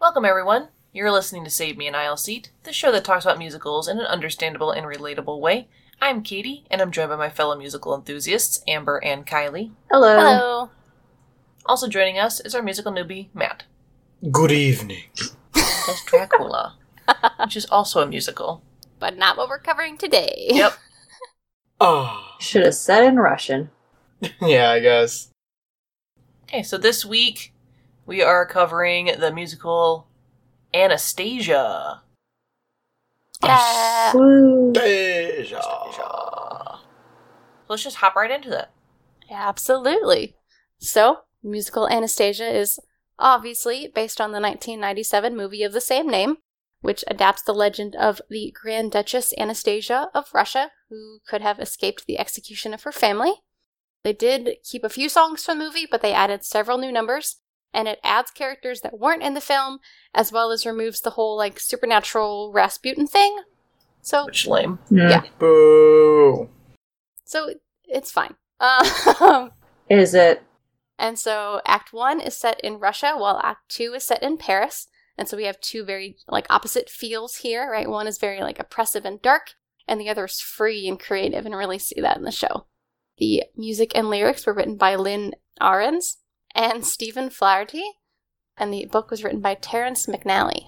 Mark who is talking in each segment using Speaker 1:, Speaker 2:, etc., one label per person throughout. Speaker 1: Welcome, everyone. You're listening to Save Me an Aisle Seat, the show that talks about musicals in an understandable and relatable way. I'm Katie, and I'm joined by my fellow musical enthusiasts, Amber and Kylie.
Speaker 2: Hello.
Speaker 3: Hello.
Speaker 1: Also joining us is our musical newbie, Matt.
Speaker 4: Good evening.
Speaker 1: That's Dracula, which is also a musical.
Speaker 3: But not what we're covering today.
Speaker 1: Yep.
Speaker 4: Ah.
Speaker 2: Should have said in Russian.
Speaker 4: yeah, I guess.
Speaker 1: Okay, so this week we are covering the musical Anastasia.
Speaker 3: Yeah.
Speaker 2: Woo.
Speaker 4: Deja.
Speaker 1: So let's just hop right into that.
Speaker 3: Absolutely. So, musical Anastasia is obviously based on the 1997 movie of the same name, which adapts the legend of the Grand Duchess Anastasia of Russia, who could have escaped the execution of her family. They did keep a few songs from the movie, but they added several new numbers, and it adds characters that weren't in the film, as well as removes the whole like supernatural Rasputin thing. So
Speaker 1: Which lame.
Speaker 2: Hmm.
Speaker 3: Yeah.
Speaker 4: Boo.
Speaker 3: So it's fine. Um,
Speaker 2: Is it?
Speaker 3: and so Act One is set in Russia, while Act Two is set in Paris. And so we have two very like opposite feels here, right? One is very like oppressive and dark, and the other is free and creative, and really see that in the show. The music and lyrics were written by Lynn Ahrens and Stephen Flaherty, and the book was written by Terrence McNally.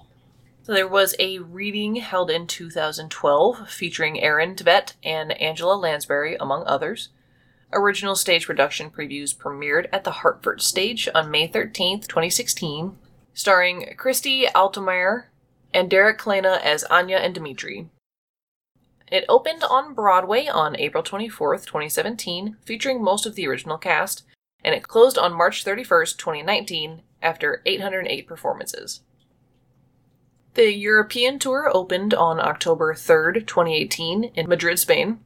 Speaker 1: So there was a reading held in 2012 featuring Aaron Tveit and Angela Lansbury, among others. Original stage production previews premiered at the Hartford Stage on May 13th, 2016, starring Christy Altemeyer and Derek Klena as Anya and Dimitri. It opened on Broadway on April 24th, 2017, featuring most of the original cast, and it closed on March 31st, 2019, after 808 performances. The European tour opened on October 3rd, 2018, in Madrid, Spain.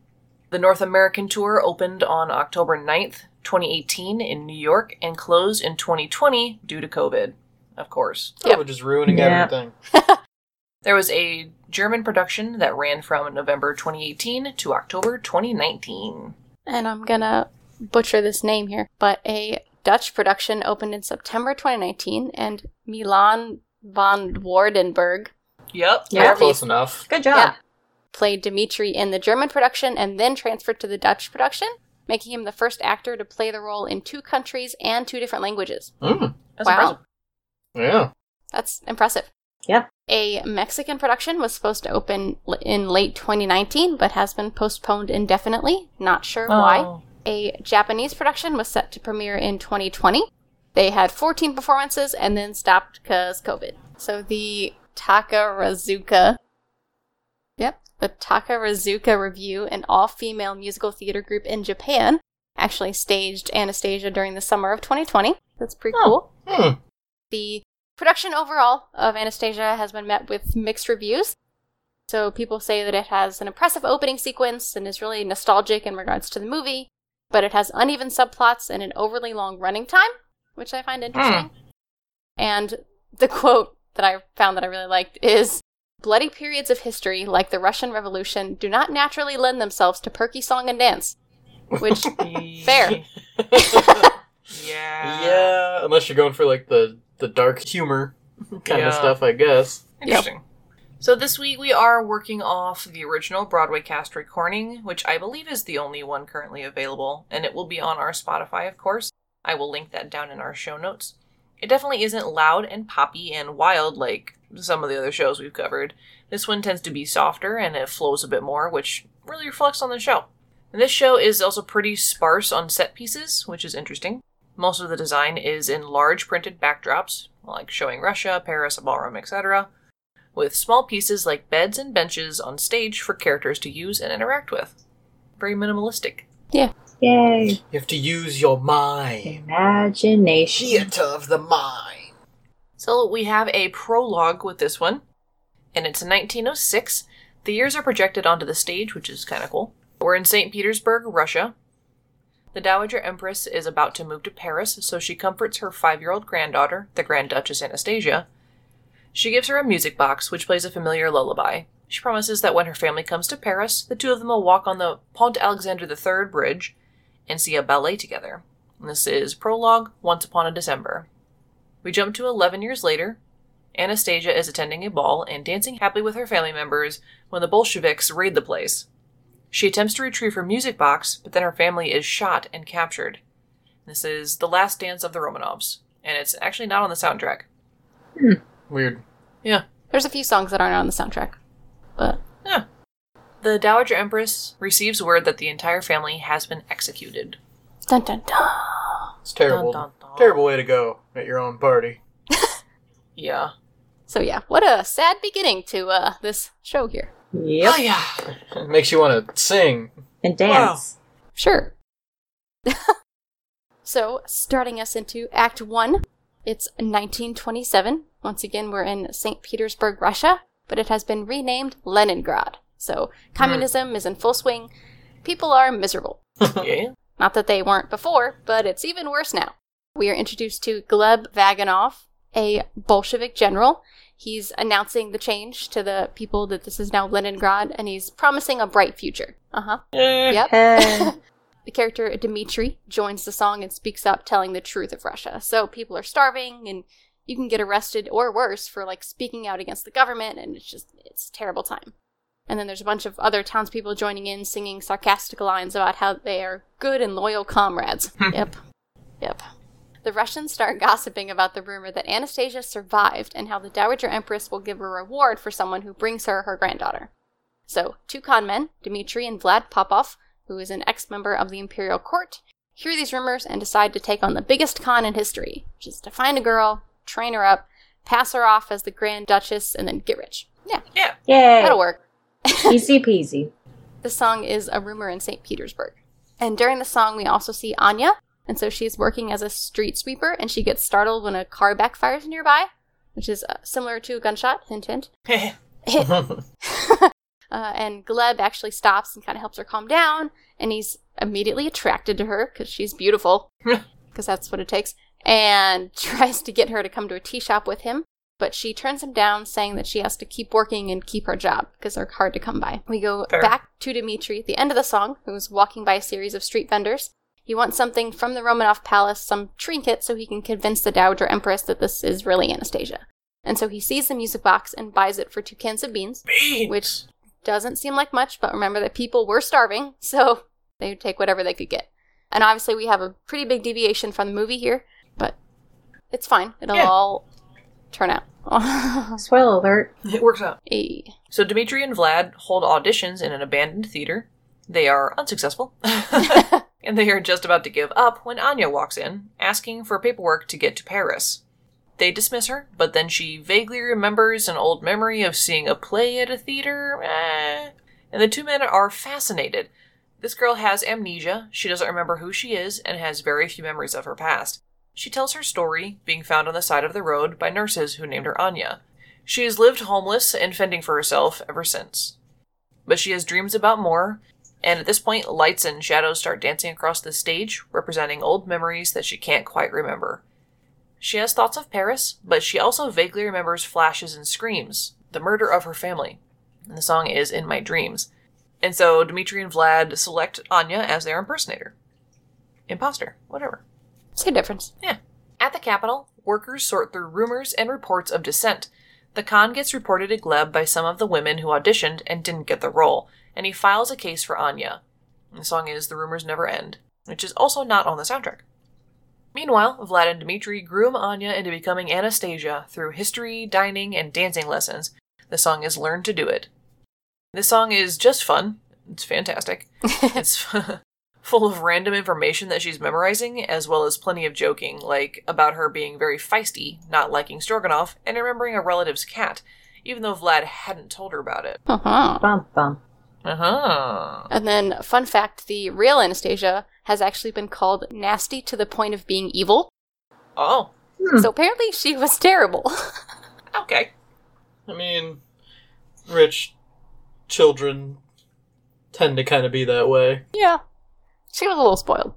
Speaker 1: The North American tour opened on October 9th, 2018, in New York and closed in 2020 due to COVID, of course.
Speaker 3: Yep.
Speaker 4: Oh, we're just ruining
Speaker 2: Yeah.
Speaker 4: everything.
Speaker 1: There was a German production that ran from November 2018 to October 2019.
Speaker 3: and I'm gonna butcher this name here, but a Dutch production opened in September 2019, and Milan von Wardenberg
Speaker 1: Yep.
Speaker 2: Yeah.
Speaker 4: Close enough.
Speaker 2: Good job.
Speaker 3: Yeah. played Dimitri in the German production and then transferred to the Dutch production, making him the first actor to play the role in two countries and two different languages.
Speaker 4: Mm,
Speaker 1: That's
Speaker 3: wow.
Speaker 1: impressive.
Speaker 4: yeah.
Speaker 3: That's impressive.
Speaker 2: Yeah.
Speaker 3: A Mexican production was supposed to open l- in late 2019, but has been postponed indefinitely. Not sure why.
Speaker 1: Oh.
Speaker 3: A Japanese production was set to premiere in 2020. They had 14 performances and then stopped because COVID. So the Takarazuka. Yep, the Takarazuka Review, an all female musical theater group in Japan, actually staged Anastasia during the summer of 2020. That's pretty
Speaker 1: Oh.
Speaker 3: cool.
Speaker 4: Hmm.
Speaker 3: The production overall of Anastasia has been met with mixed reviews. So people say that it has an impressive opening sequence and is really nostalgic in regards to the movie, but it has uneven subplots and an overly long running time, which I find interesting. And the quote that I found that I really liked is Bloody periods of history, like the Russian Revolution, do not naturally lend themselves to perky song and dance. Which, Fair.
Speaker 1: Oh, yeah.
Speaker 4: yeah. Unless you're going for like the the dark humor kind
Speaker 1: Yeah.
Speaker 4: of stuff, I guess.
Speaker 1: Interesting. So this week we are working off the original Broadway cast recording, which I believe is the only one currently available, and it will be on our Spotify, of course. I will link that down in our show notes. It definitely isn't loud and poppy and wild like some of the other shows we've covered. This one tends to be softer and it flows a bit more, which really reflects on the show. And this show is also pretty sparse on set pieces, which is interesting. Most of the design is in large printed backdrops, like showing Russia, Paris, a ballroom, etc with small pieces like beds and benches on stage for characters to use and interact with. Very minimalistic.
Speaker 2: Yay.
Speaker 4: You have to use your mind.
Speaker 2: Imagination.
Speaker 4: Theater of the mind.
Speaker 1: So we have a prologue with this one, and it's 1906. The years are projected onto the stage, which is kind of cool. We're in St. Petersburg, Russia. The Dowager Empress is about to move to Paris, so she comforts her five year old granddaughter, the Grand Duchess Anastasia. She gives her a music box, which plays a familiar lullaby. She promises that when her family comes to Paris, the two of them will walk on the Pont Alexander III bridge and see a ballet together. And this is Prologue Once Upon a December. We jump to 11 years later, Anastasia is attending a ball and dancing happily with her family members when the Bolsheviks raid the place. She attempts to retrieve her music box, but then her family is shot and captured. This is The Last Dance of the Romanovs, and it's actually not on the soundtrack.
Speaker 4: Weird.
Speaker 1: Yeah.
Speaker 3: There's a few songs that aren't on the soundtrack, but
Speaker 1: The Dowager Empress receives word that the entire family has been executed.
Speaker 3: dun dun dun.
Speaker 4: It's terrible.
Speaker 1: Dun, dun, dun.
Speaker 4: Terrible way to go at your own party.
Speaker 1: Yeah.
Speaker 3: So yeah, what a sad beginning to uh this show here.
Speaker 2: Yep.
Speaker 1: Oh, yeah.
Speaker 4: It makes you want to sing.
Speaker 2: And dance.
Speaker 3: Sure. so, starting us into Act 1, it's 1927. Once again, we're in St. Petersburg, Russia, but it has been renamed Leningrad. So, communism is in full swing. People are miserable.
Speaker 1: yeah.
Speaker 3: Not that they weren't before, but it's even worse now. We are introduced to Gleb Vaganov, a Bolshevik general. He's announcing the change to the people that this is now Leningrad, and he's promising a bright future. Uh huh.
Speaker 1: Eh.
Speaker 3: Yep.
Speaker 2: Hey.
Speaker 3: The character Dmitri joins the song and speaks up, telling the truth of Russia. So people are starving, and you can get arrested or worse for like speaking out against the government, and it's just it's a terrible time. And then there's a bunch of other townspeople joining in, singing sarcastic lines about how they are good and loyal comrades. yep, yep. The Russians start gossiping about the rumor that Anastasia survived and how the Dowager Empress will give a reward for someone who brings her her granddaughter. So, two con men, Dmitri and Vlad Popov, who is an ex member of the imperial court, hear these rumors and decide to take on the biggest con in history, which is to find a girl, train her up, pass her off as the Grand Duchess, and then get rich. Yeah,
Speaker 2: Yay.
Speaker 3: that'll work.
Speaker 2: Easy peasy.
Speaker 3: The song is A Rumor in St. Petersburg. And during the song, we also see Anya, and so she's working as a street sweeper, and she gets startled when a car backfires nearby, which is uh, similar to a gunshot, hint, hint. Uh, and Gleb actually stops and kind of helps her calm down, and he's immediately attracted to her because she's beautiful, because that's what it takes, and tries to get her to come to a tea shop with him. But she turns him down, saying that she has to keep working and keep her job because they're hard to come by. We go
Speaker 1: Fair.
Speaker 3: back to Dimitri at the end of the song, who's walking by a series of street vendors. He wants something from the Romanov palace, some trinket, so he can convince the Dowager Empress that this is really Anastasia. And so he sees the music box and buys it for two cans of beans
Speaker 1: Beans.
Speaker 3: Which- doesn't seem like much, but remember that people were starving, so they would take whatever they could get. And obviously, we have a pretty big deviation from the movie here, but it's fine. It'll
Speaker 1: Yeah.
Speaker 3: all turn out.
Speaker 2: Spoiler alert.
Speaker 1: It works out.
Speaker 3: Eh.
Speaker 1: So Dmitri and Vlad hold auditions in an abandoned theater. They are unsuccessful. and they are just about to give up when Anya walks in, asking for paperwork to get to Paris. They dismiss her, but then she vaguely remembers an old memory of seeing a play at a theater. eh. And the two men are fascinated. This girl has amnesia, she doesn't remember who she is, and has very few memories of her past. She tells her story, being found on the side of the road by nurses who named her Anya. She has lived homeless and fending for herself ever since. But she has dreams about more, and at this point, lights and shadows start dancing across the stage, representing old memories that she can't quite remember. She has thoughts of Paris, but she also vaguely remembers flashes and screams, the murder of her family. And the song is In My Dreams. And so Dmitri and Vlad select Anya as their impersonator. Imposter, whatever.
Speaker 3: Same difference.
Speaker 1: Yeah. At the Capitol, workers sort through rumors and reports of dissent. The con gets reported to Gleb by some of the women who auditioned and didn't get the role, and he files a case for Anya. The song is The Rumors Never End, which is also not on the soundtrack. Meanwhile, Vlad and Dmitri groom Anya into becoming Anastasia through history, dining, and dancing lessons. The song is Learn to Do It. This song is just fun. It's fantastic. it's full of random information that she's memorizing, as well as plenty of joking, like about her being very feisty, not liking Stroganov, and remembering a relative's cat, even though Vlad hadn't told her about it.
Speaker 3: Uh-huh.
Speaker 2: Bum bum.
Speaker 1: Uh huh.
Speaker 3: And then, fun fact the real Anastasia has actually been called nasty to the point of being evil.
Speaker 1: Oh,
Speaker 2: Hmm.
Speaker 3: So apparently, she was terrible.
Speaker 1: okay.
Speaker 4: I mean, rich children tend to kind of be that way.
Speaker 3: Yeah. She was a little spoiled.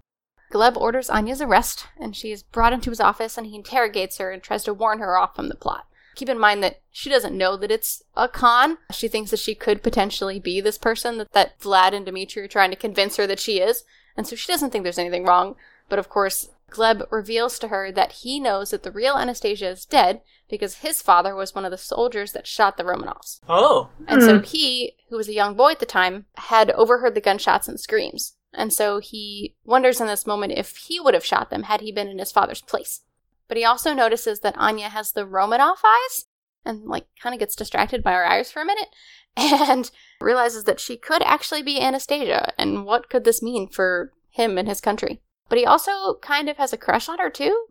Speaker 3: Gleb orders Anya's arrest, and she is brought into his office and he interrogates her and tries to warn her off from the plot. Keep in mind that she doesn't know that it's a con. She thinks that she could potentially be this person that, that Vlad and Dimitri are trying to convince her that she is, and so she doesn't think there's anything wrong. But of course, Gleb reveals to her that he knows that the real Anastasia is dead because his father was one of the soldiers that shot the Romanovs.
Speaker 4: Oh,
Speaker 3: And so he, who was a young boy at the time, had overheard the gunshots and screams. And so he wonders in this moment if he would have shot them had he been in his father's place. But he also notices that Anya has the Romanov eyes and, like, kind of gets distracted by her eyes for a minute and realizes that she could actually be Anastasia. And what could this mean for him and his country? But he also kind of has a crush on her, too.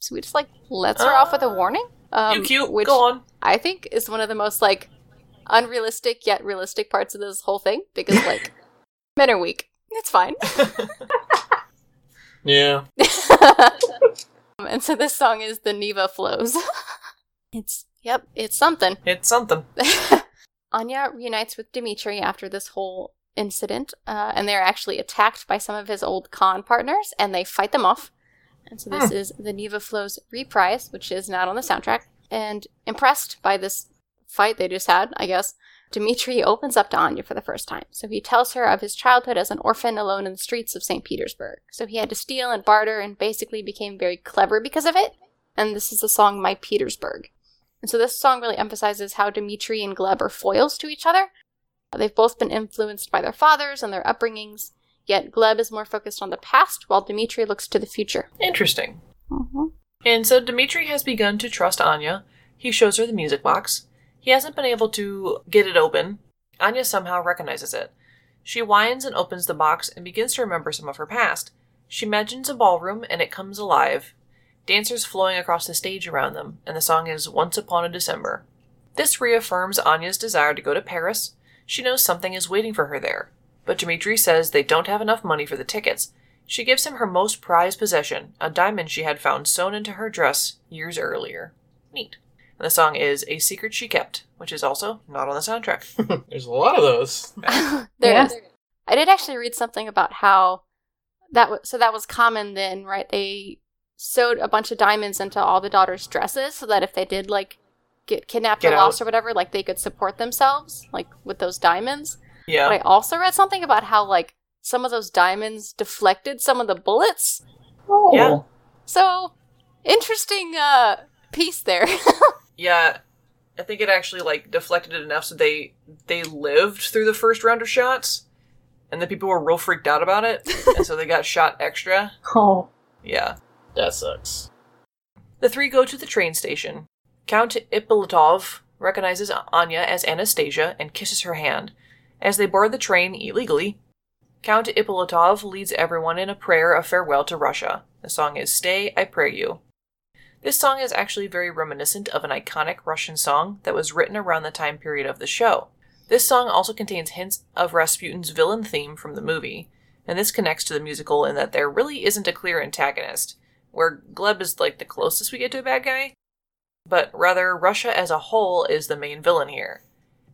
Speaker 3: So he just, like, lets her off with a warning. Um,
Speaker 1: you cute.
Speaker 3: which-
Speaker 1: Go on.
Speaker 3: I think is one of the most like unrealistic yet realistic parts of this whole thing because like men are weak. It's fine.
Speaker 4: yeah.
Speaker 3: Um, and so this song is the Neva flows. it's yep, it's something.
Speaker 1: It's something.
Speaker 3: Anya reunites with Dimitri after this whole incident, uh, and they're actually attacked by some of his old con partners, and they fight them off. And so this is the Neva Flows reprise, which is not on the soundtrack. And impressed by this fight they just had, I guess, Dimitri opens up to Anya for the first time. So he tells her of his childhood as an orphan alone in the streets of St. Petersburg. So he had to steal and barter and basically became very clever because of it. And this is the song My Petersburg. And so this song really emphasizes how Dimitri and Gleb are foils to each other. They've both been influenced by their fathers and their upbringings, yet Gleb is more focused on the past while Dimitri looks to the future.
Speaker 1: Interesting. And so Dimitri has begun to trust Anya. He shows her the music box. He hasn't been able to get it open. Anya somehow recognizes it. She whines and opens the box and begins to remember some of her past. She imagines a ballroom and it comes alive. Dancers flowing across the stage around them, and the song is Once Upon a December. This reaffirms Anya's desire to go to Paris. She knows something is waiting for her there. But Dimitri says they don't have enough money for the tickets. She gives him her most prized possession, a diamond she had found sewn into her dress years earlier. Neat. And the song is A Secret She Kept, which is also not on the soundtrack.
Speaker 4: There's a lot of those.
Speaker 3: There
Speaker 2: Yeah.
Speaker 3: it is. I did actually read something about how that was so that was common then, right? They sewed a bunch of diamonds into all the daughters' dresses so that if they did like get kidnapped
Speaker 1: Get
Speaker 3: or
Speaker 1: out.
Speaker 3: lost or whatever, like they could support themselves like with those diamonds. But I
Speaker 1: yeah.
Speaker 3: also read something about how like some of those diamonds deflected some of the bullets.
Speaker 2: Oh.
Speaker 1: Yeah.
Speaker 3: So interesting uh piece there.
Speaker 1: Yeah. I think it actually like deflected it enough so they they lived through the first round of shots and the people were real freaked out about it and so they got shot extra.
Speaker 2: Oh.
Speaker 1: Yeah.
Speaker 4: That sucks.
Speaker 1: The three go to the train station. Count Ippolitov recognizes Anya as Anastasia and kisses her hand. As they board the train illegally, Count Ippolitov leads everyone in a prayer of farewell to Russia. The song is Stay, I Pray You. This song is actually very reminiscent of an iconic Russian song that was written around the time period of the show. This song also contains hints of Rasputin's villain theme from the movie, and this connects to the musical in that there really isn't a clear antagonist, where Gleb is like the closest we get to a bad guy, but rather Russia as a whole is the main villain here.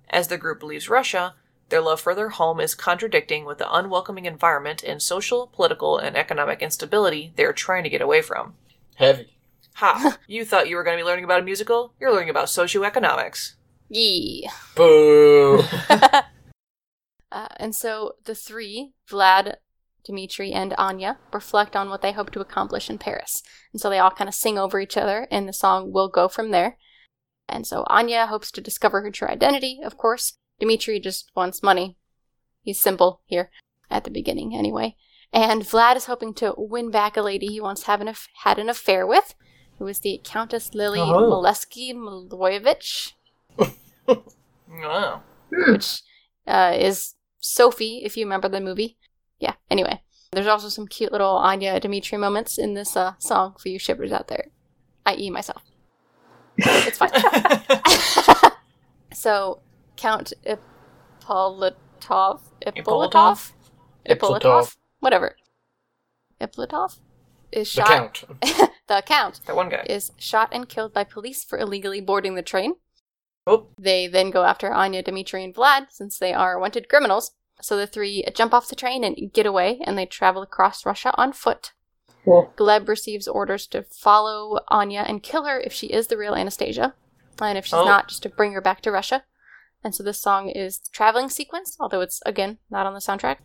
Speaker 1: As the group leaves Russia, their love for their home is contradicting with the unwelcoming environment and social, political, and economic instability they are trying to get away from.
Speaker 4: Heavy.
Speaker 1: Ha! You thought you were going to be learning about a musical? You're learning about socioeconomics.
Speaker 3: Yee.
Speaker 4: Boo.
Speaker 3: Uh, and so the three, Vlad, Dmitri, and Anya, reflect on what they hope to accomplish in Paris. And so they all kind of sing over each other, and the song will go from there. And so Anya hopes to discover her true identity, of course. Dmitri just wants money. He's simple here, at the beginning anyway. And Vlad is hoping to win back a lady he once have an aff- had an affair with, who is the Countess Lily
Speaker 4: Oh.
Speaker 3: Molesky Mlodovich
Speaker 1: Oh.
Speaker 3: which uh, is Sophie, if you remember the movie. Yeah, anyway. There's also some cute little Anya Dimitri moments in this uh, song for you shippers out there, i.e., myself. It's fine. so, Count Ippolitov. Ippolitov?
Speaker 1: Ippolitov?
Speaker 3: Ippolitov? Whatever. Ippolitov? Is
Speaker 4: The
Speaker 3: shot.
Speaker 4: count.
Speaker 3: The count
Speaker 1: That one guy.
Speaker 3: is shot and killed by police for illegally boarding the train.
Speaker 1: Oh.
Speaker 3: They then go after Anya, Dimitri, and Vlad since they are wanted criminals. So the three jump off the train and get away, and they travel across Russia on foot.
Speaker 2: Cool.
Speaker 3: Gleb receives orders to follow Anya and kill her if she is the real Anastasia, and if she's
Speaker 1: Oh.
Speaker 3: not, just to bring her back to Russia. And so this song is traveling sequence, although it's again not on the soundtrack.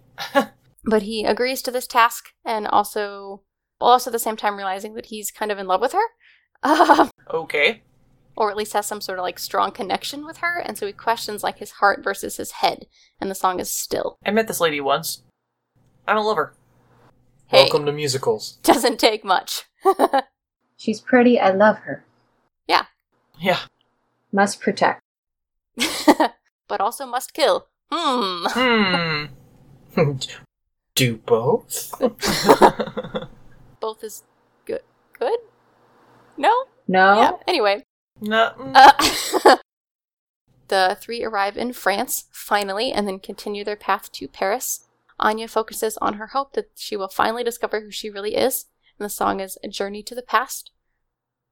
Speaker 3: but he agrees to this task, and also, also at the same time realizing that he's kind of in love with her. Um,
Speaker 1: Okay.
Speaker 3: or at least has some sort of like strong connection with her, and so he questions like his heart versus his head, and the song is still.
Speaker 1: I met this lady once. I'm a lover.
Speaker 3: Hey,
Speaker 4: Welcome to musicals.
Speaker 3: doesn't take much.
Speaker 2: She's pretty. I love her.
Speaker 1: Yeah.
Speaker 2: Must protect.
Speaker 3: but also must kill. Hmm.
Speaker 1: Hmm.
Speaker 4: Do both?
Speaker 3: Both is good. Good? No?
Speaker 2: No.
Speaker 3: Yeah. Anyway,
Speaker 1: no. mm.
Speaker 3: uh, the three arrive in France, finally, and then continue their path to Paris. Anya focuses on her hope that she will finally discover who she really is, and the song is A Journey to the Past.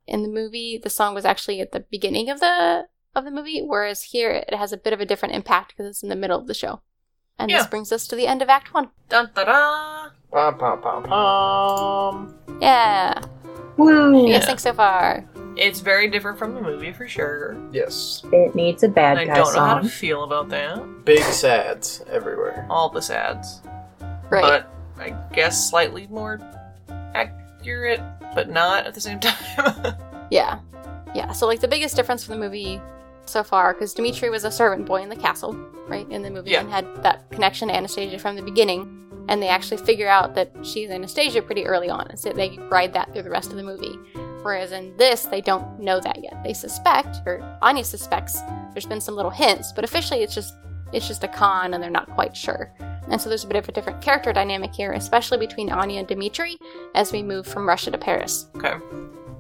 Speaker 3: In the movie, the song was actually at the beginning of the of the movie, whereas here it has a bit of a different impact because it's in the middle of the show. And this
Speaker 1: Yeah.
Speaker 3: brings us to the end of Act One.
Speaker 1: Dun da da.
Speaker 4: Pom, pom, pom, pom.
Speaker 3: Yeah.
Speaker 2: Woo.
Speaker 3: What do you guys
Speaker 1: Yeah.
Speaker 3: think so far?
Speaker 1: It's very different from the movie for sure.
Speaker 4: Yes.
Speaker 2: It needs a bad
Speaker 1: And I
Speaker 2: guy
Speaker 1: don't know how
Speaker 2: song.
Speaker 1: to feel about that.
Speaker 4: Big sads everywhere.
Speaker 1: All the sads.
Speaker 3: Right.
Speaker 1: Uh, But I guess slightly more accurate, but not at the same time.
Speaker 3: Yeah. Yeah. So, like, the biggest difference from the movie so far, because Dimitri was a servant boy in the castle, right, in the movie,
Speaker 1: Yeah.
Speaker 3: and had that connection to Anastasia from the beginning. And they actually figure out that she's Anastasia pretty early on. And so they ride that through the rest of the movie. Whereas in this, they don't know that yet. They suspect, or Anya suspects, there's been some little hints, but officially it's just it's just a con and they're not quite sure. And so there's a bit of a different character dynamic here, especially between Anya and Dimitri as we move from Russia to Paris.
Speaker 1: okay.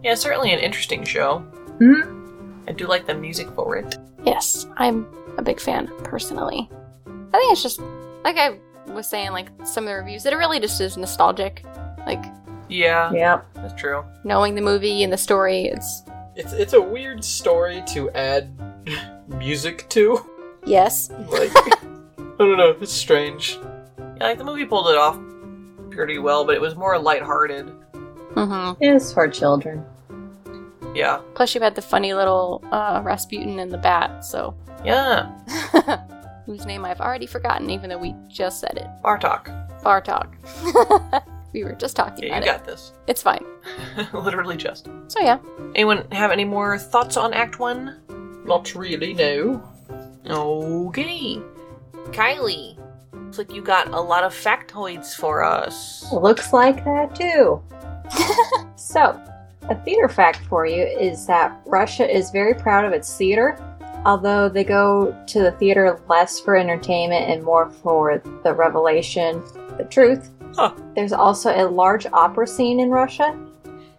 Speaker 1: Yeah, certainly an interesting show.
Speaker 2: Hmm?
Speaker 1: I do like the music for it.
Speaker 3: Yes, I'm a big fan personally. I think it's just like I was saying, like some of the reviews, it really just is nostalgic. Like
Speaker 1: Yeah,
Speaker 2: Yep.
Speaker 1: that's true.
Speaker 3: knowing the movie and the story, it's
Speaker 4: It's it's a weird story to add music to.
Speaker 3: yes,
Speaker 4: Like I don't know, it's strange.
Speaker 1: Yeah, like the movie pulled it off pretty well, but it was more lighthearted.
Speaker 3: mm-hmm.
Speaker 2: It's for children.
Speaker 1: Yeah.
Speaker 3: Plus, you had the funny little uh, Rasputin and the bat, so
Speaker 1: Yeah.
Speaker 3: whose name I've already forgotten, even though we just said it.
Speaker 1: Bar talk.
Speaker 3: Bar talk. we were just talking
Speaker 1: Yeah, you
Speaker 3: about it.
Speaker 1: got this.
Speaker 3: It's fine.
Speaker 1: Literally just.
Speaker 3: So yeah,
Speaker 1: Anyone have any more thoughts on Act 1?
Speaker 4: Not really, no.
Speaker 1: Okay. Kylie, looks like you got a lot of factoids for us.
Speaker 2: Looks like that too. so, a theater fact for you is that Russia is very proud of its theater, although they go to the theater less for entertainment and more for the revelation, the truth.
Speaker 1: Huh.
Speaker 2: There's also a large opera scene in Russia.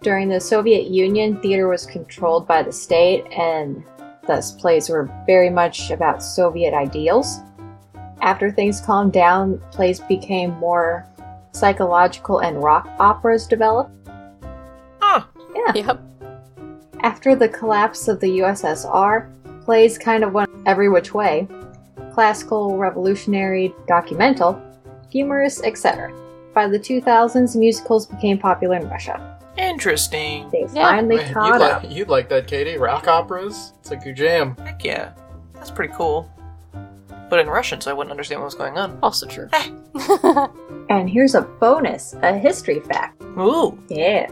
Speaker 2: During the Soviet Union, theater was controlled by the state, and thus plays were very much about Soviet ideals. After things calmed down, plays became more psychological and rock operas developed.
Speaker 1: Huh.
Speaker 3: yep.
Speaker 2: After the collapse of the USSR, plays kind of went every which way classical, revolutionary, documental, humorous, etc. By the 2000s, musicals became popular in Russia.
Speaker 1: Interesting.
Speaker 2: They
Speaker 3: Yeah.
Speaker 2: finally
Speaker 4: Man,
Speaker 2: caught
Speaker 4: you'd,
Speaker 2: up.
Speaker 4: like, you'd like that, Katie. Rock operas? It's like your jam.
Speaker 1: Heck yeah. That's pretty cool. But in Russian, so I wouldn't understand what was going on.
Speaker 3: Also true.
Speaker 2: And here's a bonus a history fact.
Speaker 1: Ooh.
Speaker 2: Yeah.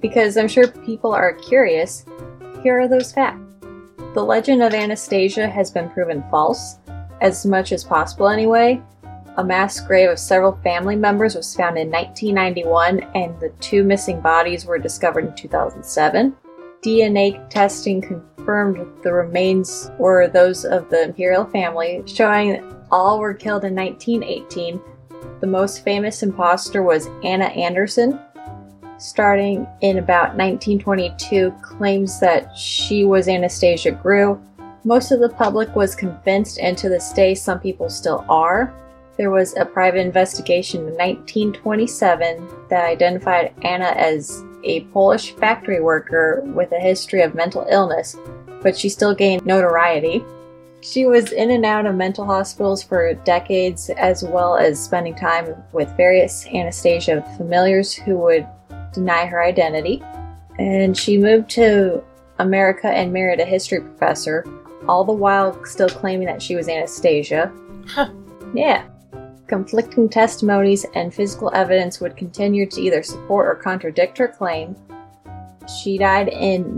Speaker 2: Because I'm sure people are curious, here are those facts. The legend of Anastasia has been proven false, as much as possible anyway. A mass grave of several family members was found in 1991, and the two missing bodies were discovered in 2007. DNA testing confirmed the remains were those of the imperial family, showing all were killed in 1918. The most famous imposter was Anna Anderson, starting in about 1922, claims that she was Anastasia Grew. Most of the public was convinced, and to this day, some people still are. There was a private investigation in 1927 that identified Anna as a Polish factory worker with a history of mental illness, but she still gained notoriety. She was in and out of mental hospitals for decades, as well as spending time with various Anastasia familiars who would deny her identity. And she moved to America and married a history professor, all the while still claiming that she was Anastasia.
Speaker 1: Huh.
Speaker 2: Yeah. Conflicting testimonies and physical evidence would continue to either support or contradict her claim. She died in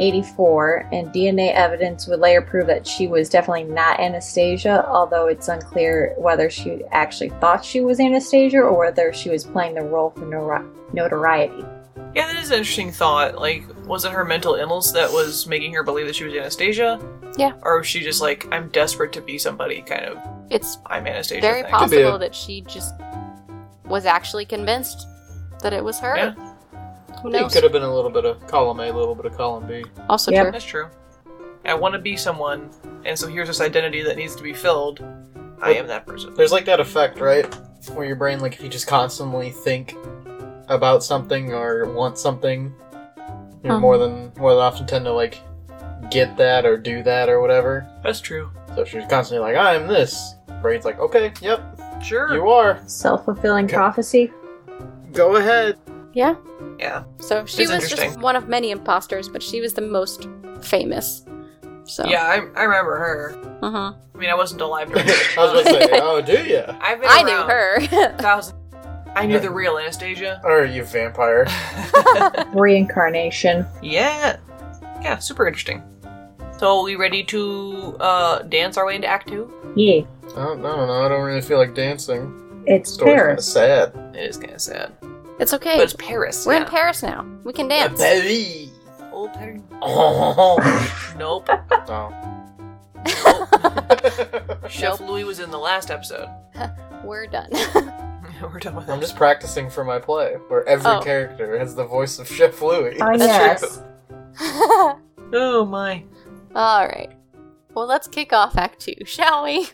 Speaker 2: 1984, and DNA evidence would later prove that she was definitely not Anastasia, although it's unclear whether she actually thought she was Anastasia or whether she was playing the role for nori- notoriety.
Speaker 1: Yeah, that is an interesting thought. Like, was it her mental illness that was making her believe that she was Anastasia?
Speaker 3: Yeah.
Speaker 1: Or was she just like, I'm desperate to be somebody, kind of,
Speaker 3: It's
Speaker 1: I'm Anastasia?
Speaker 3: very
Speaker 1: thing?
Speaker 4: Could be
Speaker 3: possible
Speaker 4: a-
Speaker 3: that she just was actually convinced that it was her.
Speaker 1: Yeah.
Speaker 3: Who
Speaker 4: It
Speaker 3: knows?
Speaker 4: could have been a little bit of column A, a little bit of column B.
Speaker 3: Also
Speaker 2: Yeah.
Speaker 3: true.
Speaker 1: That's true. I want to be someone, and so here's this identity that needs to be filled. I am that person.
Speaker 4: There's like that effect, right? Where your brain, like, if you just constantly think about something or want something, you're
Speaker 2: Um.
Speaker 4: more than more than often tend to like get that or do that or whatever.
Speaker 1: That's true.
Speaker 4: So if she's constantly like, "I am this," brain's like, "Okay, yep,
Speaker 1: Sure.
Speaker 4: you are.
Speaker 2: Self fulfilling
Speaker 4: Okay.
Speaker 2: prophecy?
Speaker 4: Go ahead."
Speaker 3: Yeah.
Speaker 1: yeah.
Speaker 3: So she
Speaker 1: It's
Speaker 3: was just
Speaker 1: interesting.
Speaker 3: one of many imposters, but she was the most famous. So
Speaker 1: Yeah, I, I remember her.
Speaker 3: mhm.
Speaker 1: I mean, I wasn't alive
Speaker 4: I
Speaker 1: during
Speaker 4: was
Speaker 1: this.
Speaker 4: about to say, "Oh, do you?"
Speaker 1: I've been
Speaker 3: I
Speaker 1: around
Speaker 3: knew her.
Speaker 1: a Thousand. I knew the real Anastasia.
Speaker 4: Or you vampire?
Speaker 2: Reincarnation.
Speaker 1: yeah. Yeah, super interesting. So, we ready to uh, dance our way into Act 2?
Speaker 2: Yeah.
Speaker 4: I don't, I don't know. I don't really feel like dancing.
Speaker 2: It's
Speaker 4: Story's kind of
Speaker 2: Paris.
Speaker 4: sad.
Speaker 1: It is kind of sad.
Speaker 3: it's okay.
Speaker 1: But it's Paris.
Speaker 3: We're
Speaker 1: yeah.
Speaker 3: in Paris now. We can dance.
Speaker 4: Baby.
Speaker 1: Old Paris.
Speaker 4: Oh.
Speaker 1: Nope. Chef Louis was in the last episode.
Speaker 3: We're done.
Speaker 1: We're done with
Speaker 4: I'm
Speaker 1: that.
Speaker 4: just practicing for my play, where every
Speaker 3: Oh.
Speaker 4: character has the voice of Chef Louis.
Speaker 2: Oh,
Speaker 3: That's
Speaker 2: yes.
Speaker 3: All
Speaker 1: Oh my.
Speaker 3: right. Well, let's kick off Act Two, shall we?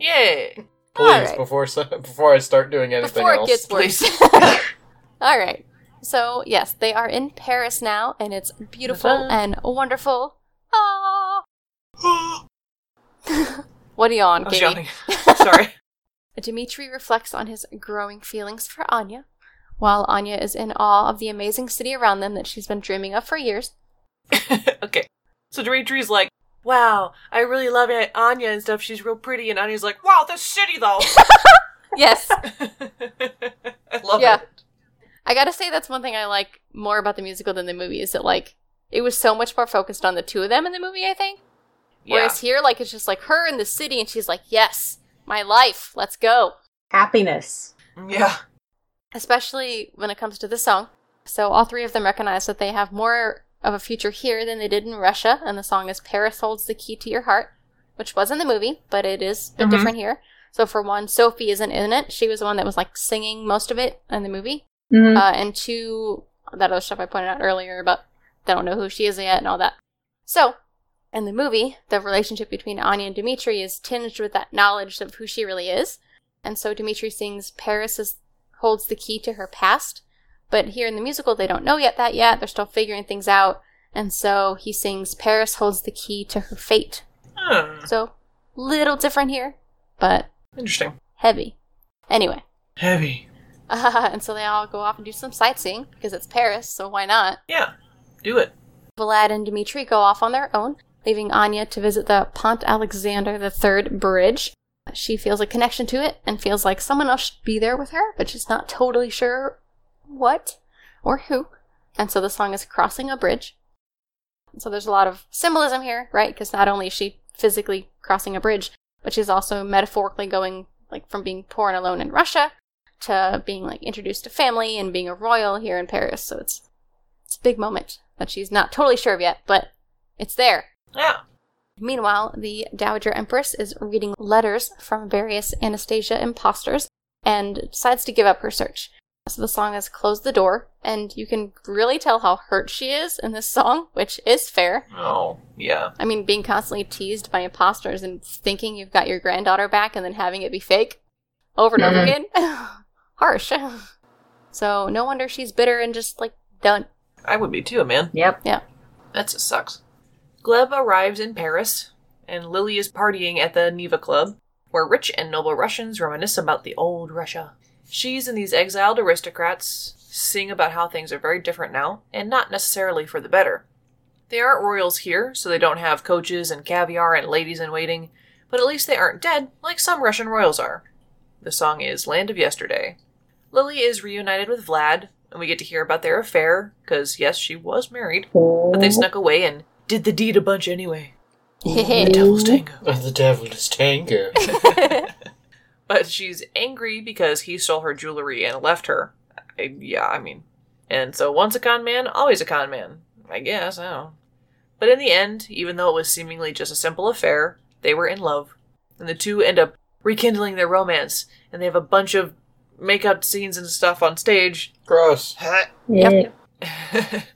Speaker 1: Yay!
Speaker 4: Please,
Speaker 3: Alright.
Speaker 4: before so- before I start doing anything
Speaker 3: Before it
Speaker 4: else.
Speaker 3: gets
Speaker 1: please.
Speaker 3: worse. All right. So yes, they are in Paris now, and it's beautiful
Speaker 1: Ta-da.
Speaker 3: and wonderful. Ah. What do you on,
Speaker 1: I was
Speaker 3: Katie?
Speaker 1: yawning. Sorry.
Speaker 3: Dimitri reflects on his growing feelings for Anya, while Anya is in awe of the amazing city around them that she's been dreaming of for years.
Speaker 1: okay. So Dimitri's like, wow, I really love Aunt Anya and stuff. She's real pretty. And Anya's like, wow, this city though.
Speaker 3: Yes,
Speaker 1: I love
Speaker 3: Yeah.
Speaker 1: it.
Speaker 3: I gotta say that's one thing I like more about the musical than the movie is that like it was so much more focused on the two of them in the movie. I think.
Speaker 1: Yeah.
Speaker 3: Whereas here, like it's just like her in the city, and she's like, "Yes, my life, let's go."
Speaker 2: Happiness.
Speaker 1: Yeah.
Speaker 3: especially when it comes to the song. So all three of them recognize that they have more of a future here than they did in Russia, and the song is Paris Holds the Key to Your Heart, which was in the movie, but it is a bit
Speaker 1: Mhm.
Speaker 3: different here. So for one, Sophie isn't in it. She was the one that was like singing most of it in the movie.
Speaker 2: Mhm.
Speaker 3: Uh, and two, that other stuff I pointed out earlier about they don't know who she is yet and all that. So in the movie, the relationship between Anya and Dimitri is tinged with that knowledge of who she really is. And so Dimitri sings Paris is, holds the key to her past. But here in the musical, they don't know yet that yet. They're still figuring things out. And so he sings Paris holds the key to her fate.
Speaker 1: Hmm.
Speaker 3: So little different here, but
Speaker 1: Interesting.
Speaker 3: heavy. Anyway,
Speaker 1: Heavy.
Speaker 3: and so they all go off and do some sightseeing because it's Paris, so why not?
Speaker 1: Yeah. Do it.
Speaker 3: Vlad and Dmitri go off on their own, leaving Anya to visit the Pont Alexander III bridge. She feels a connection to it and feels like someone else should be there with her, but she's not totally sure what or who. And so the song is Crossing a Bridge. So there's a lot of symbolism here, right? Because not only is she physically crossing a bridge, but she's also metaphorically going like from being poor and alone in Russia to being like introduced to family and being a royal here in Paris. So it's it's a big moment that she's not totally sure of yet, but it's there.
Speaker 1: Yeah.
Speaker 3: Meanwhile, the Dowager Empress is reading letters from various Anastasia imposters and decides to give up her search. So the song is Close the Door, and you can really tell how hurt she is in this song, which is fair.
Speaker 1: Oh, yeah.
Speaker 3: I mean, being constantly teased by imposters and thinking you've got your granddaughter back and then having it be fake over and over
Speaker 2: Mhm.
Speaker 3: again. Harsh. So no wonder she's bitter and just like done.
Speaker 1: I would be too, man.
Speaker 2: Yep.
Speaker 1: That just sucks. Gleb arrives in Paris, and Lily is partying at the Neva Club, where rich and noble Russians reminisce about the old Russia. She's and these exiled aristocrats sing about how things are very different now, and not necessarily for the better. They aren't royals here, so they don't have coaches and caviar and ladies in waiting, but at least they aren't dead like some Russian royals are. The song is Land of Yesterday. Lily is reunited with Vlad, and we get to hear about their affair because yes, she was married,
Speaker 2: But
Speaker 1: but they snuck away and did the deed a bunch anyway. The
Speaker 3: Hehe.
Speaker 1: devil's tango.
Speaker 4: the devil is tango.
Speaker 1: But she's angry because he stole her jewelry and left her. I, yeah, I mean, and so once a con man, always a con man. I guess, I don't know. But in the end, even though it was seemingly just a simple affair, they were in love. And the two end up rekindling their romance, and they have a bunch of makeout scenes and stuff on stage.
Speaker 4: Gross.
Speaker 3: Yep.
Speaker 2: Yeah.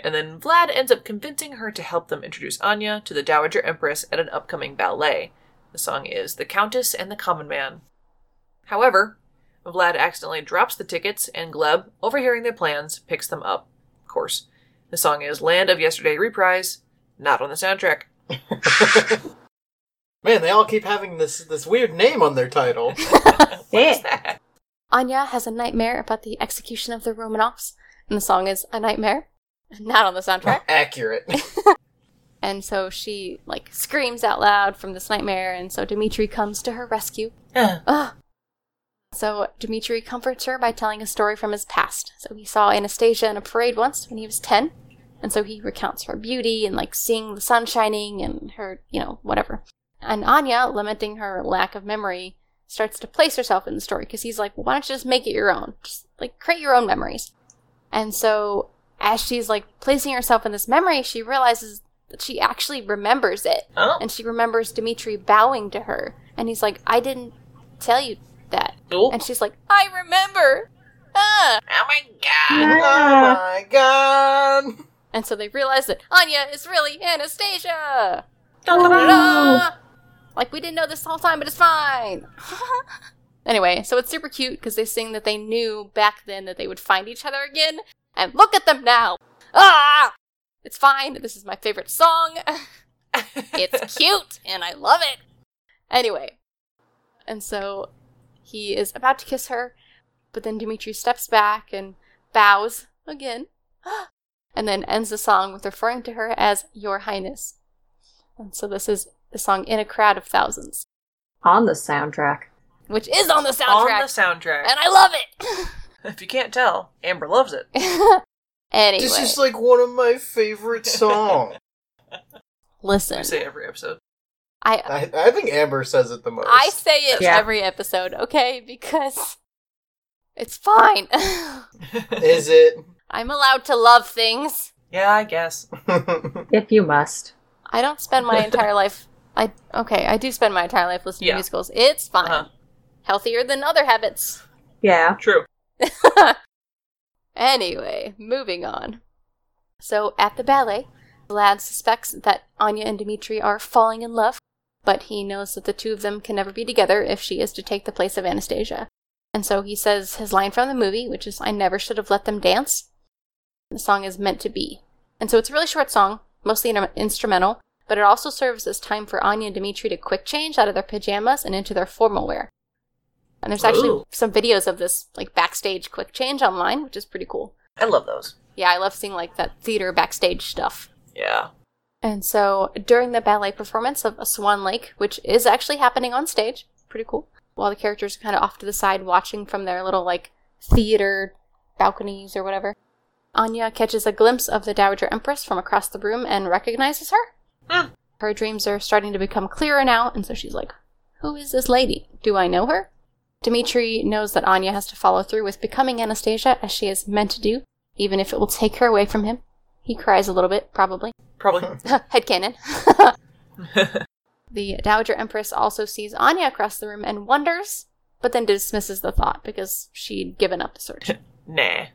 Speaker 1: and then Vlad ends up convincing her to help them introduce Anya to the Dowager Empress at an upcoming ballet. The song is The Countess and the Common Man. However, Vlad accidentally drops the tickets, and Gleb, overhearing their plans, picks them up. Of course. The song is Land of Yesterday Reprise, not on the soundtrack.
Speaker 4: Man, they all keep having this this weird name on their title.
Speaker 1: What is that?
Speaker 3: Anya has a nightmare about the execution of the Romanovs, and the song is A Nightmare, not on the soundtrack.
Speaker 4: Oh. Accurate.
Speaker 3: Oh And so she like screams out loud from this nightmare, and so Dimitri comes to her rescue.
Speaker 1: Huh.
Speaker 3: Ugh. So Dimitri comforts her by telling a story from his past. So he saw Anastasia in a parade once when he was ten, and so he recounts her beauty and like seeing the sun shining and her, you know, whatever. And Anya, lamenting her lack of memory, starts to place herself in the story because he's like, "Why don't you just make it your own? Just like create your own memories." And so as she's like placing herself in this memory, she realizes that she actually remembers it.
Speaker 1: Oh,
Speaker 3: And she remembers Dimitri bowing to her. And he's like, I didn't tell you that.
Speaker 1: cool.
Speaker 3: And she's like, I remember. Ah.
Speaker 1: Oh my god!
Speaker 4: oh my god!
Speaker 3: And so they realize that Anya is really Anastasia.
Speaker 2: Oh.
Speaker 3: Ta-da! Like, we didn't know this the whole time, but it's fine. anyway, so it's super cute because they sing that they knew back then that they would find each other again. And look at them now. Ah! It's fine. This is my favorite song. it's cute and I love it. Anyway, and so he is about to kiss her, but then Dimitri steps back and bows again, and then ends the song with referring to her as Your Highness. And so this is the song In a Crowd of Thousands,
Speaker 2: On the soundtrack.
Speaker 3: which is on the
Speaker 1: on the
Speaker 3: soundtrack,
Speaker 1: soundtrack.
Speaker 3: and I love it.
Speaker 1: If you can't tell, Amber loves it.
Speaker 3: anyway,
Speaker 4: This is like one of my favorite songs.
Speaker 1: I
Speaker 3: listen,
Speaker 1: say every episode.
Speaker 3: I
Speaker 4: I, I think Amber says it the most.
Speaker 3: I say it
Speaker 2: Yeah.
Speaker 3: every episode, okay? Because it's fine.
Speaker 4: Is it?
Speaker 3: I'm allowed to love things.
Speaker 1: yeah, I guess.
Speaker 2: If you must.
Speaker 3: I don't spend my entire life. I okay. I do spend my entire life listening
Speaker 1: Yeah.
Speaker 3: to musicals. It's fine.
Speaker 1: Uh-huh.
Speaker 3: Healthier than other habits.
Speaker 2: Yeah.
Speaker 1: True.
Speaker 3: Anyway, moving on. So at the ballet, Vlad suspects that Anya and Dmitri are falling in love, but he knows that the two of them can never be together if she is to take the place of Anastasia. And so he says his line from the movie, which is, I never should have let them dance. The song is meant to be. And so it's a really short song, mostly in- instrumental, but it also serves as time for Anya and Dimitri to quick change out of their pajamas and into their formal wear. And there's actually
Speaker 1: Ooh.
Speaker 3: some videos of this, like backstage quick change online, which is pretty cool.
Speaker 1: I love those.
Speaker 3: Yeah, I love seeing like that theater backstage stuff.
Speaker 1: Yeah.
Speaker 3: And so during the ballet performance of Swan Lake, which is actually happening on stage, pretty cool, while the characters are kind of off to the side watching from their little like theater balconies or whatever, Anya catches a glimpse of the Dowager Empress from across the room and recognizes her.
Speaker 1: Hmm.
Speaker 3: Her dreams are starting to become clearer now, and so she's like, Who is this lady? Do I know her? Dimitri knows that Anya has to follow through with becoming Anastasia as she is meant to do, even if it will take her away from him. He cries a little bit, probably.
Speaker 1: Probably.
Speaker 3: Headcanon. the Dowager Empress also sees Anya across the room and wonders, but then dismisses the thought because she'd given up the search.
Speaker 1: nah.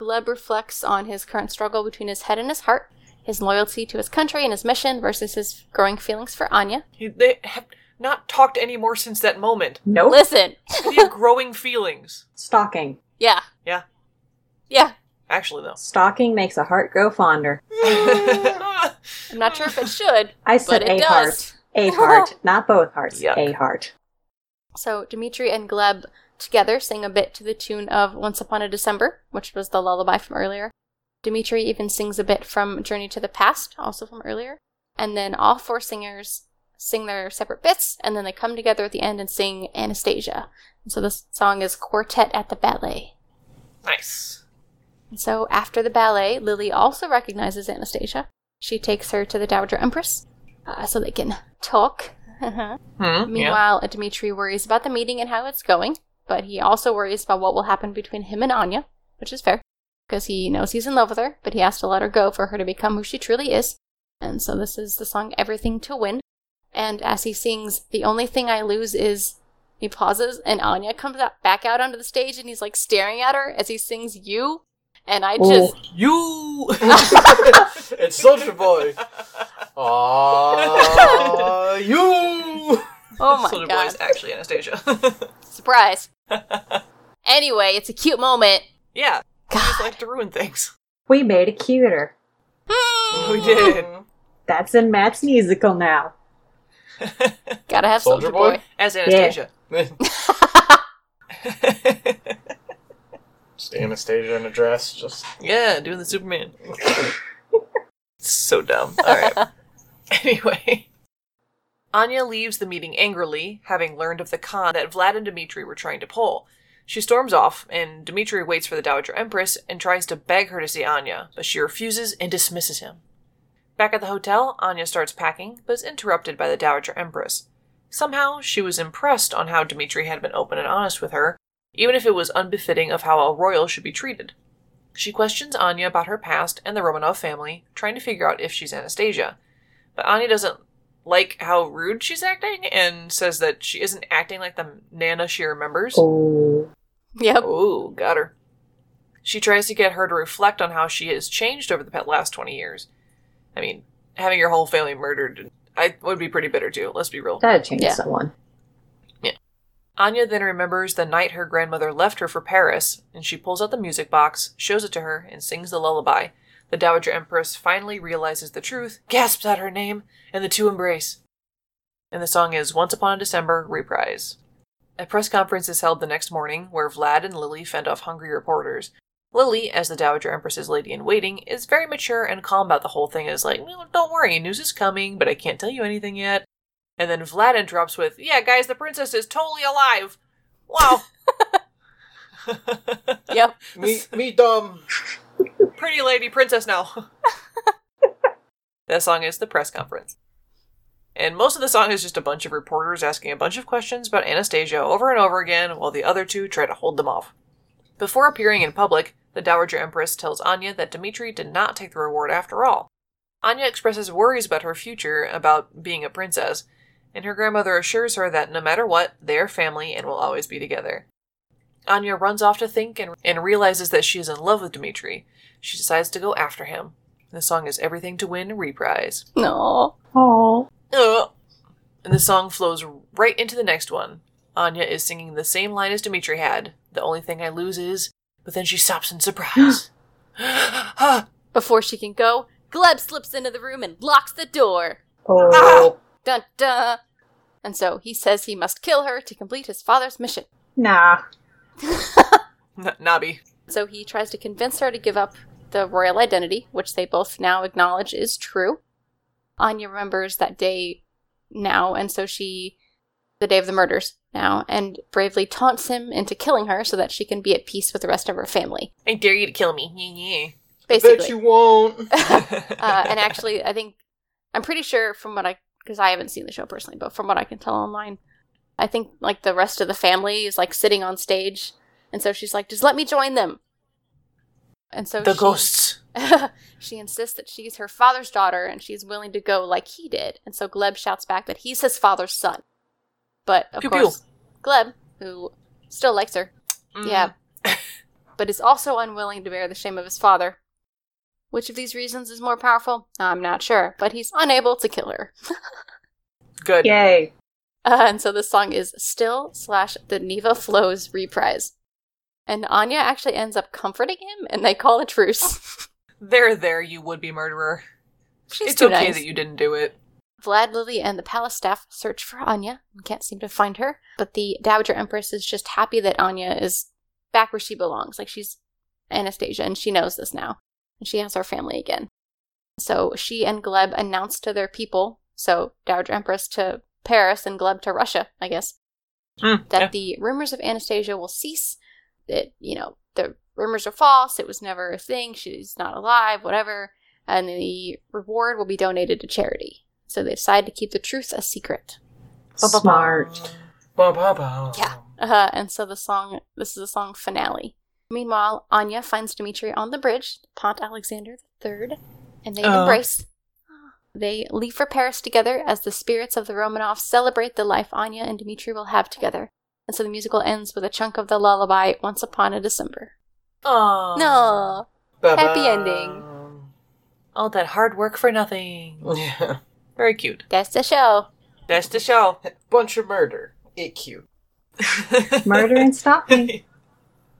Speaker 3: Gleb reflects on his current struggle between his head and his heart, his loyalty to his country and his mission versus his growing feelings for Anya.
Speaker 1: He, they have not talked anymore since that moment.
Speaker 2: Nope.
Speaker 3: Listen!
Speaker 1: They have growing feelings.
Speaker 2: Stalking.
Speaker 3: Yeah.
Speaker 1: Yeah.
Speaker 3: Yeah.
Speaker 1: Actually, though.
Speaker 2: Stalking makes a heart grow fonder.
Speaker 3: I'm not sure if it should,
Speaker 2: I
Speaker 3: but
Speaker 2: said
Speaker 3: it
Speaker 2: a
Speaker 3: does.
Speaker 2: heart. A heart. Not both hearts.
Speaker 1: Yuck.
Speaker 2: A heart.
Speaker 3: So Dimitri and Gleb together sing a bit to the tune of Once Upon a December, which was the lullaby from earlier. Dimitri even sings a bit from Journey to the Past, also from earlier. And then all four singers sing their separate bits, and then they come together at the end and sing Anastasia. And so this song is Quartet at the Ballet.
Speaker 1: Nice.
Speaker 3: And so after the ballet, Lily also recognizes Anastasia. She takes her to the Dowager Empress uh, so they can talk.
Speaker 1: Hmm. Yeah.
Speaker 3: Meanwhile, Dmitri worries about the meeting and how it's going, but he also worries about what will happen between him and Anya, which is fair, because he knows he's in love with her, but he has to let her go for her to become who she truly is. And so this is the song Everything to Win. And as he sings, The Only Thing I Lose Is, he pauses, and Anya comes out, back out onto the stage, and he's like staring at her as he sings You. And
Speaker 1: Oh.
Speaker 3: I just,
Speaker 1: You.
Speaker 3: Oh
Speaker 4: it's such a boy. Ah, you.
Speaker 3: oh my
Speaker 1: Soldier
Speaker 3: god.
Speaker 1: Boy's actually Anastasia.
Speaker 3: Surprise. anyway, it's a cute moment.
Speaker 1: yeah. He just like to ruin things.
Speaker 2: We made it cuter.
Speaker 1: We did.
Speaker 3: Mm.
Speaker 2: That's in Matt's musical now.
Speaker 3: Gotta have
Speaker 4: Soldier
Speaker 3: Soldier Boy.
Speaker 4: Boy?
Speaker 1: As Anastasia. Yeah.
Speaker 4: just Anastasia in a dress. Just
Speaker 1: doing the Superman. so dumb. All right. anyway. Anya leaves the meeting angrily, having learned of the con that Vlad and Dmitri were trying to pull. She storms off, and Dmitri waits for the Dowager Empress and tries to beg her to see Anya, but she refuses and dismisses him. Back at the hotel, Anya starts packing, but is interrupted by the Dowager Empress. Somehow, she was impressed on how Dmitri had been open and honest with her, even if it was unbefitting of how a royal should be treated. She questions Anya about her past and the Romanov family, trying to figure out if she's Anastasia. But Anya doesn't like how rude she's acting and says that she isn't acting like the Nana she remembers.
Speaker 2: Oh.
Speaker 3: Yep.
Speaker 1: Ooh, got her. She tries to get her to reflect on how she has changed over the pet last 20 years. I mean, having your whole family murdered, I would be pretty bitter too, let's be real.
Speaker 2: That'd change
Speaker 3: Yeah.
Speaker 2: someone.
Speaker 1: Anya then remembers the night her grandmother left her for Paris, and she pulls out the music box, shows it to her, and sings the lullaby. The Dowager Empress finally realizes the truth, gasps at her name, and the two embrace. And the song is Once Upon a December Reprise. A press conference is held the next morning where Vlad and Lily fend off hungry reporters. Lily, as the Dowager Empress's lady in waiting, is very mature and calm about the whole thing and is like, "No, Don't worry, news is coming, but I can't tell you anything yet. And then Vlad interrupts with, Yeah, guys, the princess is totally alive. Wow.
Speaker 3: Yep.
Speaker 4: me, me dumb.
Speaker 1: Pretty lady princess now. that song is the press conference. And most of the song is just a bunch of reporters asking a bunch of questions about Anastasia over and over again while the other two try to hold them off. Before appearing in public, the Dowager Empress tells Anya that Dmitri did not take the reward after all. Anya expresses worries about her future about being a princess, and her grandmother assures her that no matter what, they are family and will always be together. Anya runs off to think and, and realizes that she is in love with Dmitri. She decides to go after him. The song is Everything to Win Reprise.
Speaker 3: No.
Speaker 2: Oh.
Speaker 1: Ugh. And the song flows right into the next one. Anya is singing the same line as Dimitri had. The only thing I lose is, but then she stops in surprise. Ah,
Speaker 3: Before she can go, Gleb slips into the room and locks the door.
Speaker 2: Oh.
Speaker 3: Dun dun. And so he says he must kill her to complete his father's mission.
Speaker 2: Nah.
Speaker 1: N- Nobby.
Speaker 3: So he tries to convince her to give up the royal identity, which they both now acknowledge is true. Anya remembers that day now, and so she, the day of the murders now, and bravely taunts him into killing her so that she can be at peace with the rest of her family.
Speaker 1: I dare you to kill me. Yeah,
Speaker 3: Basically.
Speaker 4: Bet you won't.
Speaker 3: uh, and actually, I think I'm pretty sure from what I because I haven't seen the show personally, but from what I can tell online, I think like the rest of the family is like sitting on stage, and so she's like, "Just let me join them." And so
Speaker 1: yeah. The
Speaker 3: she,
Speaker 1: ghosts.
Speaker 3: she insists that she's her father's daughter, and she's willing to go like he did. And so Gleb shouts back that he's his father's son, but of
Speaker 1: Pew, pew.
Speaker 3: course, Gleb, who still likes her,
Speaker 1: Mm.
Speaker 3: yeah. but is also unwilling to bear the shame of his father. Which of these reasons is more powerful? I'm not sure, but he's unable to kill her.
Speaker 1: Good.
Speaker 2: Yay.
Speaker 3: Uh, and so this song is Still slash The Neva Flows reprise. And Anya actually ends up comforting him, and they call a truce.
Speaker 1: There, there, you would be murderer.
Speaker 3: She's
Speaker 1: it's
Speaker 3: too
Speaker 1: okay
Speaker 3: nice.
Speaker 1: that you didn't do it.
Speaker 3: Vlad, Lily, and the palace staff search for Anya and can't seem to find her. But the Dowager Empress is just happy that Anya is back where she belongs. Like she's Anastasia and she knows this now. And she has her family again. So she and Gleb announce to their people, so Dowager Empress to Paris and Gleb to Russia, I guess,
Speaker 1: Mm,
Speaker 3: that
Speaker 1: yeah.
Speaker 3: the rumors of Anastasia will cease. That, you know, the rumors are false, it was never a thing, she's not alive, whatever, and the reward will be donated to charity. So they decide to keep the truth a secret.
Speaker 2: Smart.
Speaker 4: Ba ba ba.
Speaker 3: Yeah. Uh, and so the song, this is the song finale. Meanwhile, Anya finds Dimitri on the bridge, Pont Alexander III, and they
Speaker 1: Oh.
Speaker 3: embrace. They leave for Paris together as the spirits of the Romanovs celebrate the life Anya and Dimitri will have together. And so the musical ends with a chunk of the lullaby Once Upon a December.
Speaker 1: Oh.
Speaker 3: No.
Speaker 4: Ba-ba.
Speaker 3: Happy ending.
Speaker 1: All that hard work for nothing.
Speaker 4: Yeah.
Speaker 1: Very cute.
Speaker 3: That's the show.
Speaker 1: That's the show.
Speaker 4: Bunch of murder. It cute.
Speaker 2: Murder and stalking.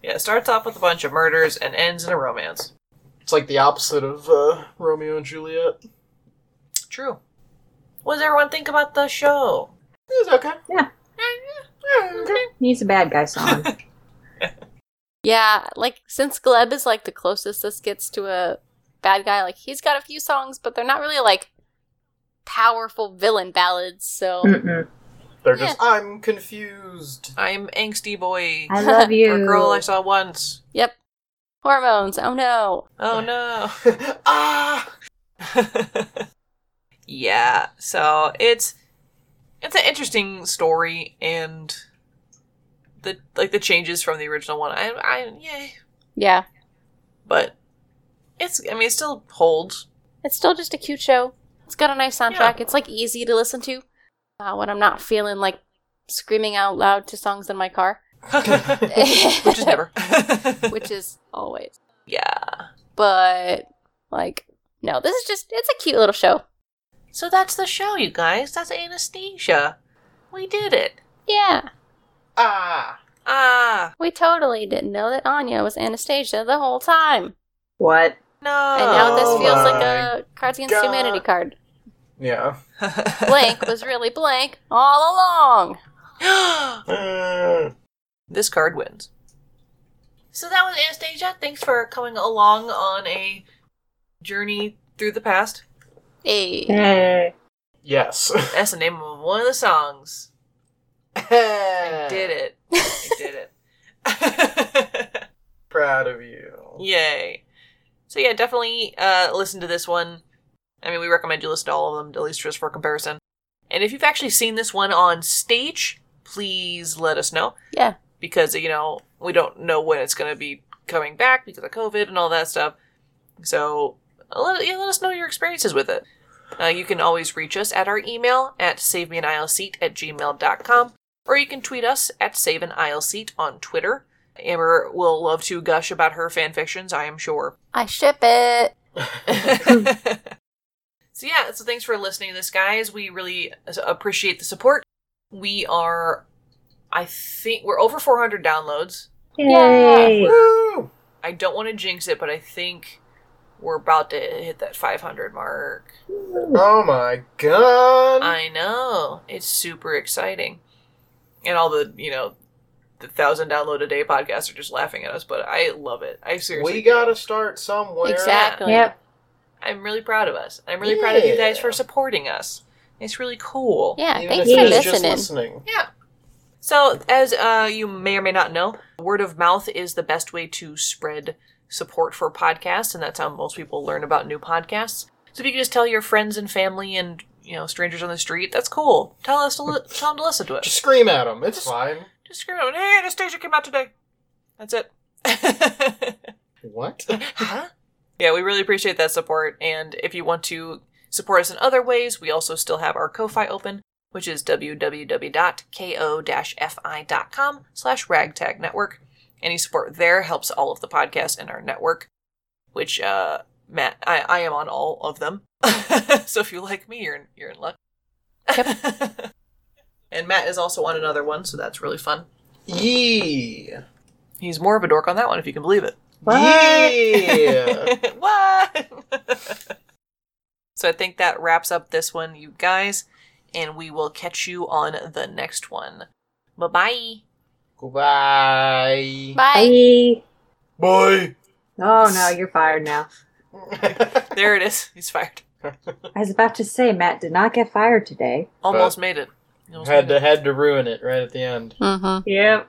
Speaker 1: yeah, it starts off with a bunch of murders and ends in a romance.
Speaker 4: It's like the opposite of uh, Romeo and Juliet.
Speaker 1: True. What does everyone think about the show?
Speaker 4: It's okay.
Speaker 2: Yeah. Needs a bad guy song.
Speaker 3: Yeah, like since Gleb is like the closest this gets to a bad guy, like he's got a few songs, but they're not really like powerful villain ballads, so
Speaker 2: Mm-mm.
Speaker 4: They're
Speaker 3: Yeah.
Speaker 4: just, I'm confused.
Speaker 1: I'm angsty boy.
Speaker 2: I love
Speaker 1: or
Speaker 2: you.
Speaker 1: girl I saw once.
Speaker 3: Yep. Hormones. Oh no.
Speaker 1: Oh no.
Speaker 4: ah!
Speaker 1: yeah. So it's it's an interesting story and the like the changes from the original one. I I yeah,
Speaker 3: Yeah.
Speaker 1: but it's I mean it still holds.
Speaker 3: It's still just a cute show. It's got a nice soundtrack. It's like easy to listen to uh, when I'm not feeling like screaming out loud to songs in my car,
Speaker 1: Which is never.
Speaker 3: which is always.
Speaker 1: yeah.
Speaker 3: But like, no, this is just it's a cute little show.
Speaker 1: So that's the show, you guys. That's anesthesia. We did it.
Speaker 3: Yeah,
Speaker 4: ah!
Speaker 1: Ah,
Speaker 3: we totally didn't know that Anya was Anastasia the whole time,
Speaker 2: What?
Speaker 1: no.
Speaker 3: and now this
Speaker 4: Oh
Speaker 3: feels
Speaker 4: my
Speaker 3: like a Cards Against
Speaker 4: God.
Speaker 3: Humanity card.
Speaker 4: Yeah.
Speaker 3: Blank was really blank all along.
Speaker 4: Mm.
Speaker 1: this card wins. So that was Anastasia. Thanks for coming along on a journey through the past.
Speaker 3: Hey.
Speaker 2: Mm. Hey.
Speaker 4: yes.
Speaker 1: That's the name of one of the songs. I did it. I did it.
Speaker 4: Proud of you.
Speaker 1: Yay. So yeah, definitely uh, listen to this one. I mean, we recommend you listen to all of them, at least just for comparison. And if you've actually seen this one on stage, please let us know.
Speaker 3: Yeah.
Speaker 1: because you know we don't know when it's going to be coming back because of COVID and all that stuff. So uh, let, yeah, let us know your experiences with it. Uh, you can always reach us at our email at savemeanileseat at gmail.com or you can tweet us at saveanileseat on Twitter. Amber will love to gush about her fanfictions, I am sure.
Speaker 3: I ship it.
Speaker 1: so yeah, so thanks for listening to this, guys. We really appreciate the support. We are, I think, we're over 400 downloads.
Speaker 2: Yay.
Speaker 4: Woo!
Speaker 1: I don't want to jinx it, but I think we're about to hit that 500 mark.
Speaker 4: Oh my god!
Speaker 1: I know. It's super exciting. And all the, you know, the thousand download a day podcasts are just laughing at us, but I love it. I seriously,
Speaker 4: we gotta start somewhere.
Speaker 3: Exactly.
Speaker 2: Yep.
Speaker 1: I'm really proud of us. I'm really proud of you guys
Speaker 4: Yeah.
Speaker 1: for supporting us. It's really cool.
Speaker 3: Yeah,
Speaker 4: Even
Speaker 3: thanks
Speaker 4: if
Speaker 3: for
Speaker 4: it is just
Speaker 3: listening.
Speaker 4: listening.
Speaker 1: So, as uh, you may or may not know, word of mouth is the best way to spread support for podcasts, and that's how most people learn about new podcasts. So, if you can just tell your friends and family and you know strangers on the street, that's cool. Tell us to li- tell them to listen to
Speaker 4: Just
Speaker 1: it.
Speaker 4: scream at them. It's fine.
Speaker 1: Just scream out, "Hey, Anastasia came out today." That's it.
Speaker 4: What?
Speaker 1: huh? Yeah, we really appreciate that support, and if you want to support us in other ways, we also still have our Ko-fi open, which is www.ko-fi.com slash ragtag network. Any support there helps all of the podcasts in our network, which, uh, Matt, I, I am on all of them. so if you like me, you're in, you're in luck. and Matt is also on another one, so that's really fun.
Speaker 4: Yeah.
Speaker 1: He's more of a dork on that one, if you can believe it.
Speaker 2: What?
Speaker 4: Yeah.
Speaker 1: what? so I think that wraps up this one, you guys, and we will catch you on the next one. Bye bye.
Speaker 4: Goodbye.
Speaker 3: Bye.
Speaker 2: Bye.
Speaker 4: Bye.
Speaker 2: Oh no, you're fired now.
Speaker 1: There it is. He's fired.
Speaker 2: I was about to say Matt did not get fired today.
Speaker 1: Almost made it. Almost
Speaker 4: had
Speaker 1: made
Speaker 4: to
Speaker 1: it.
Speaker 4: had to ruin it right at the end.
Speaker 3: Mm-hmm.
Speaker 2: Yep.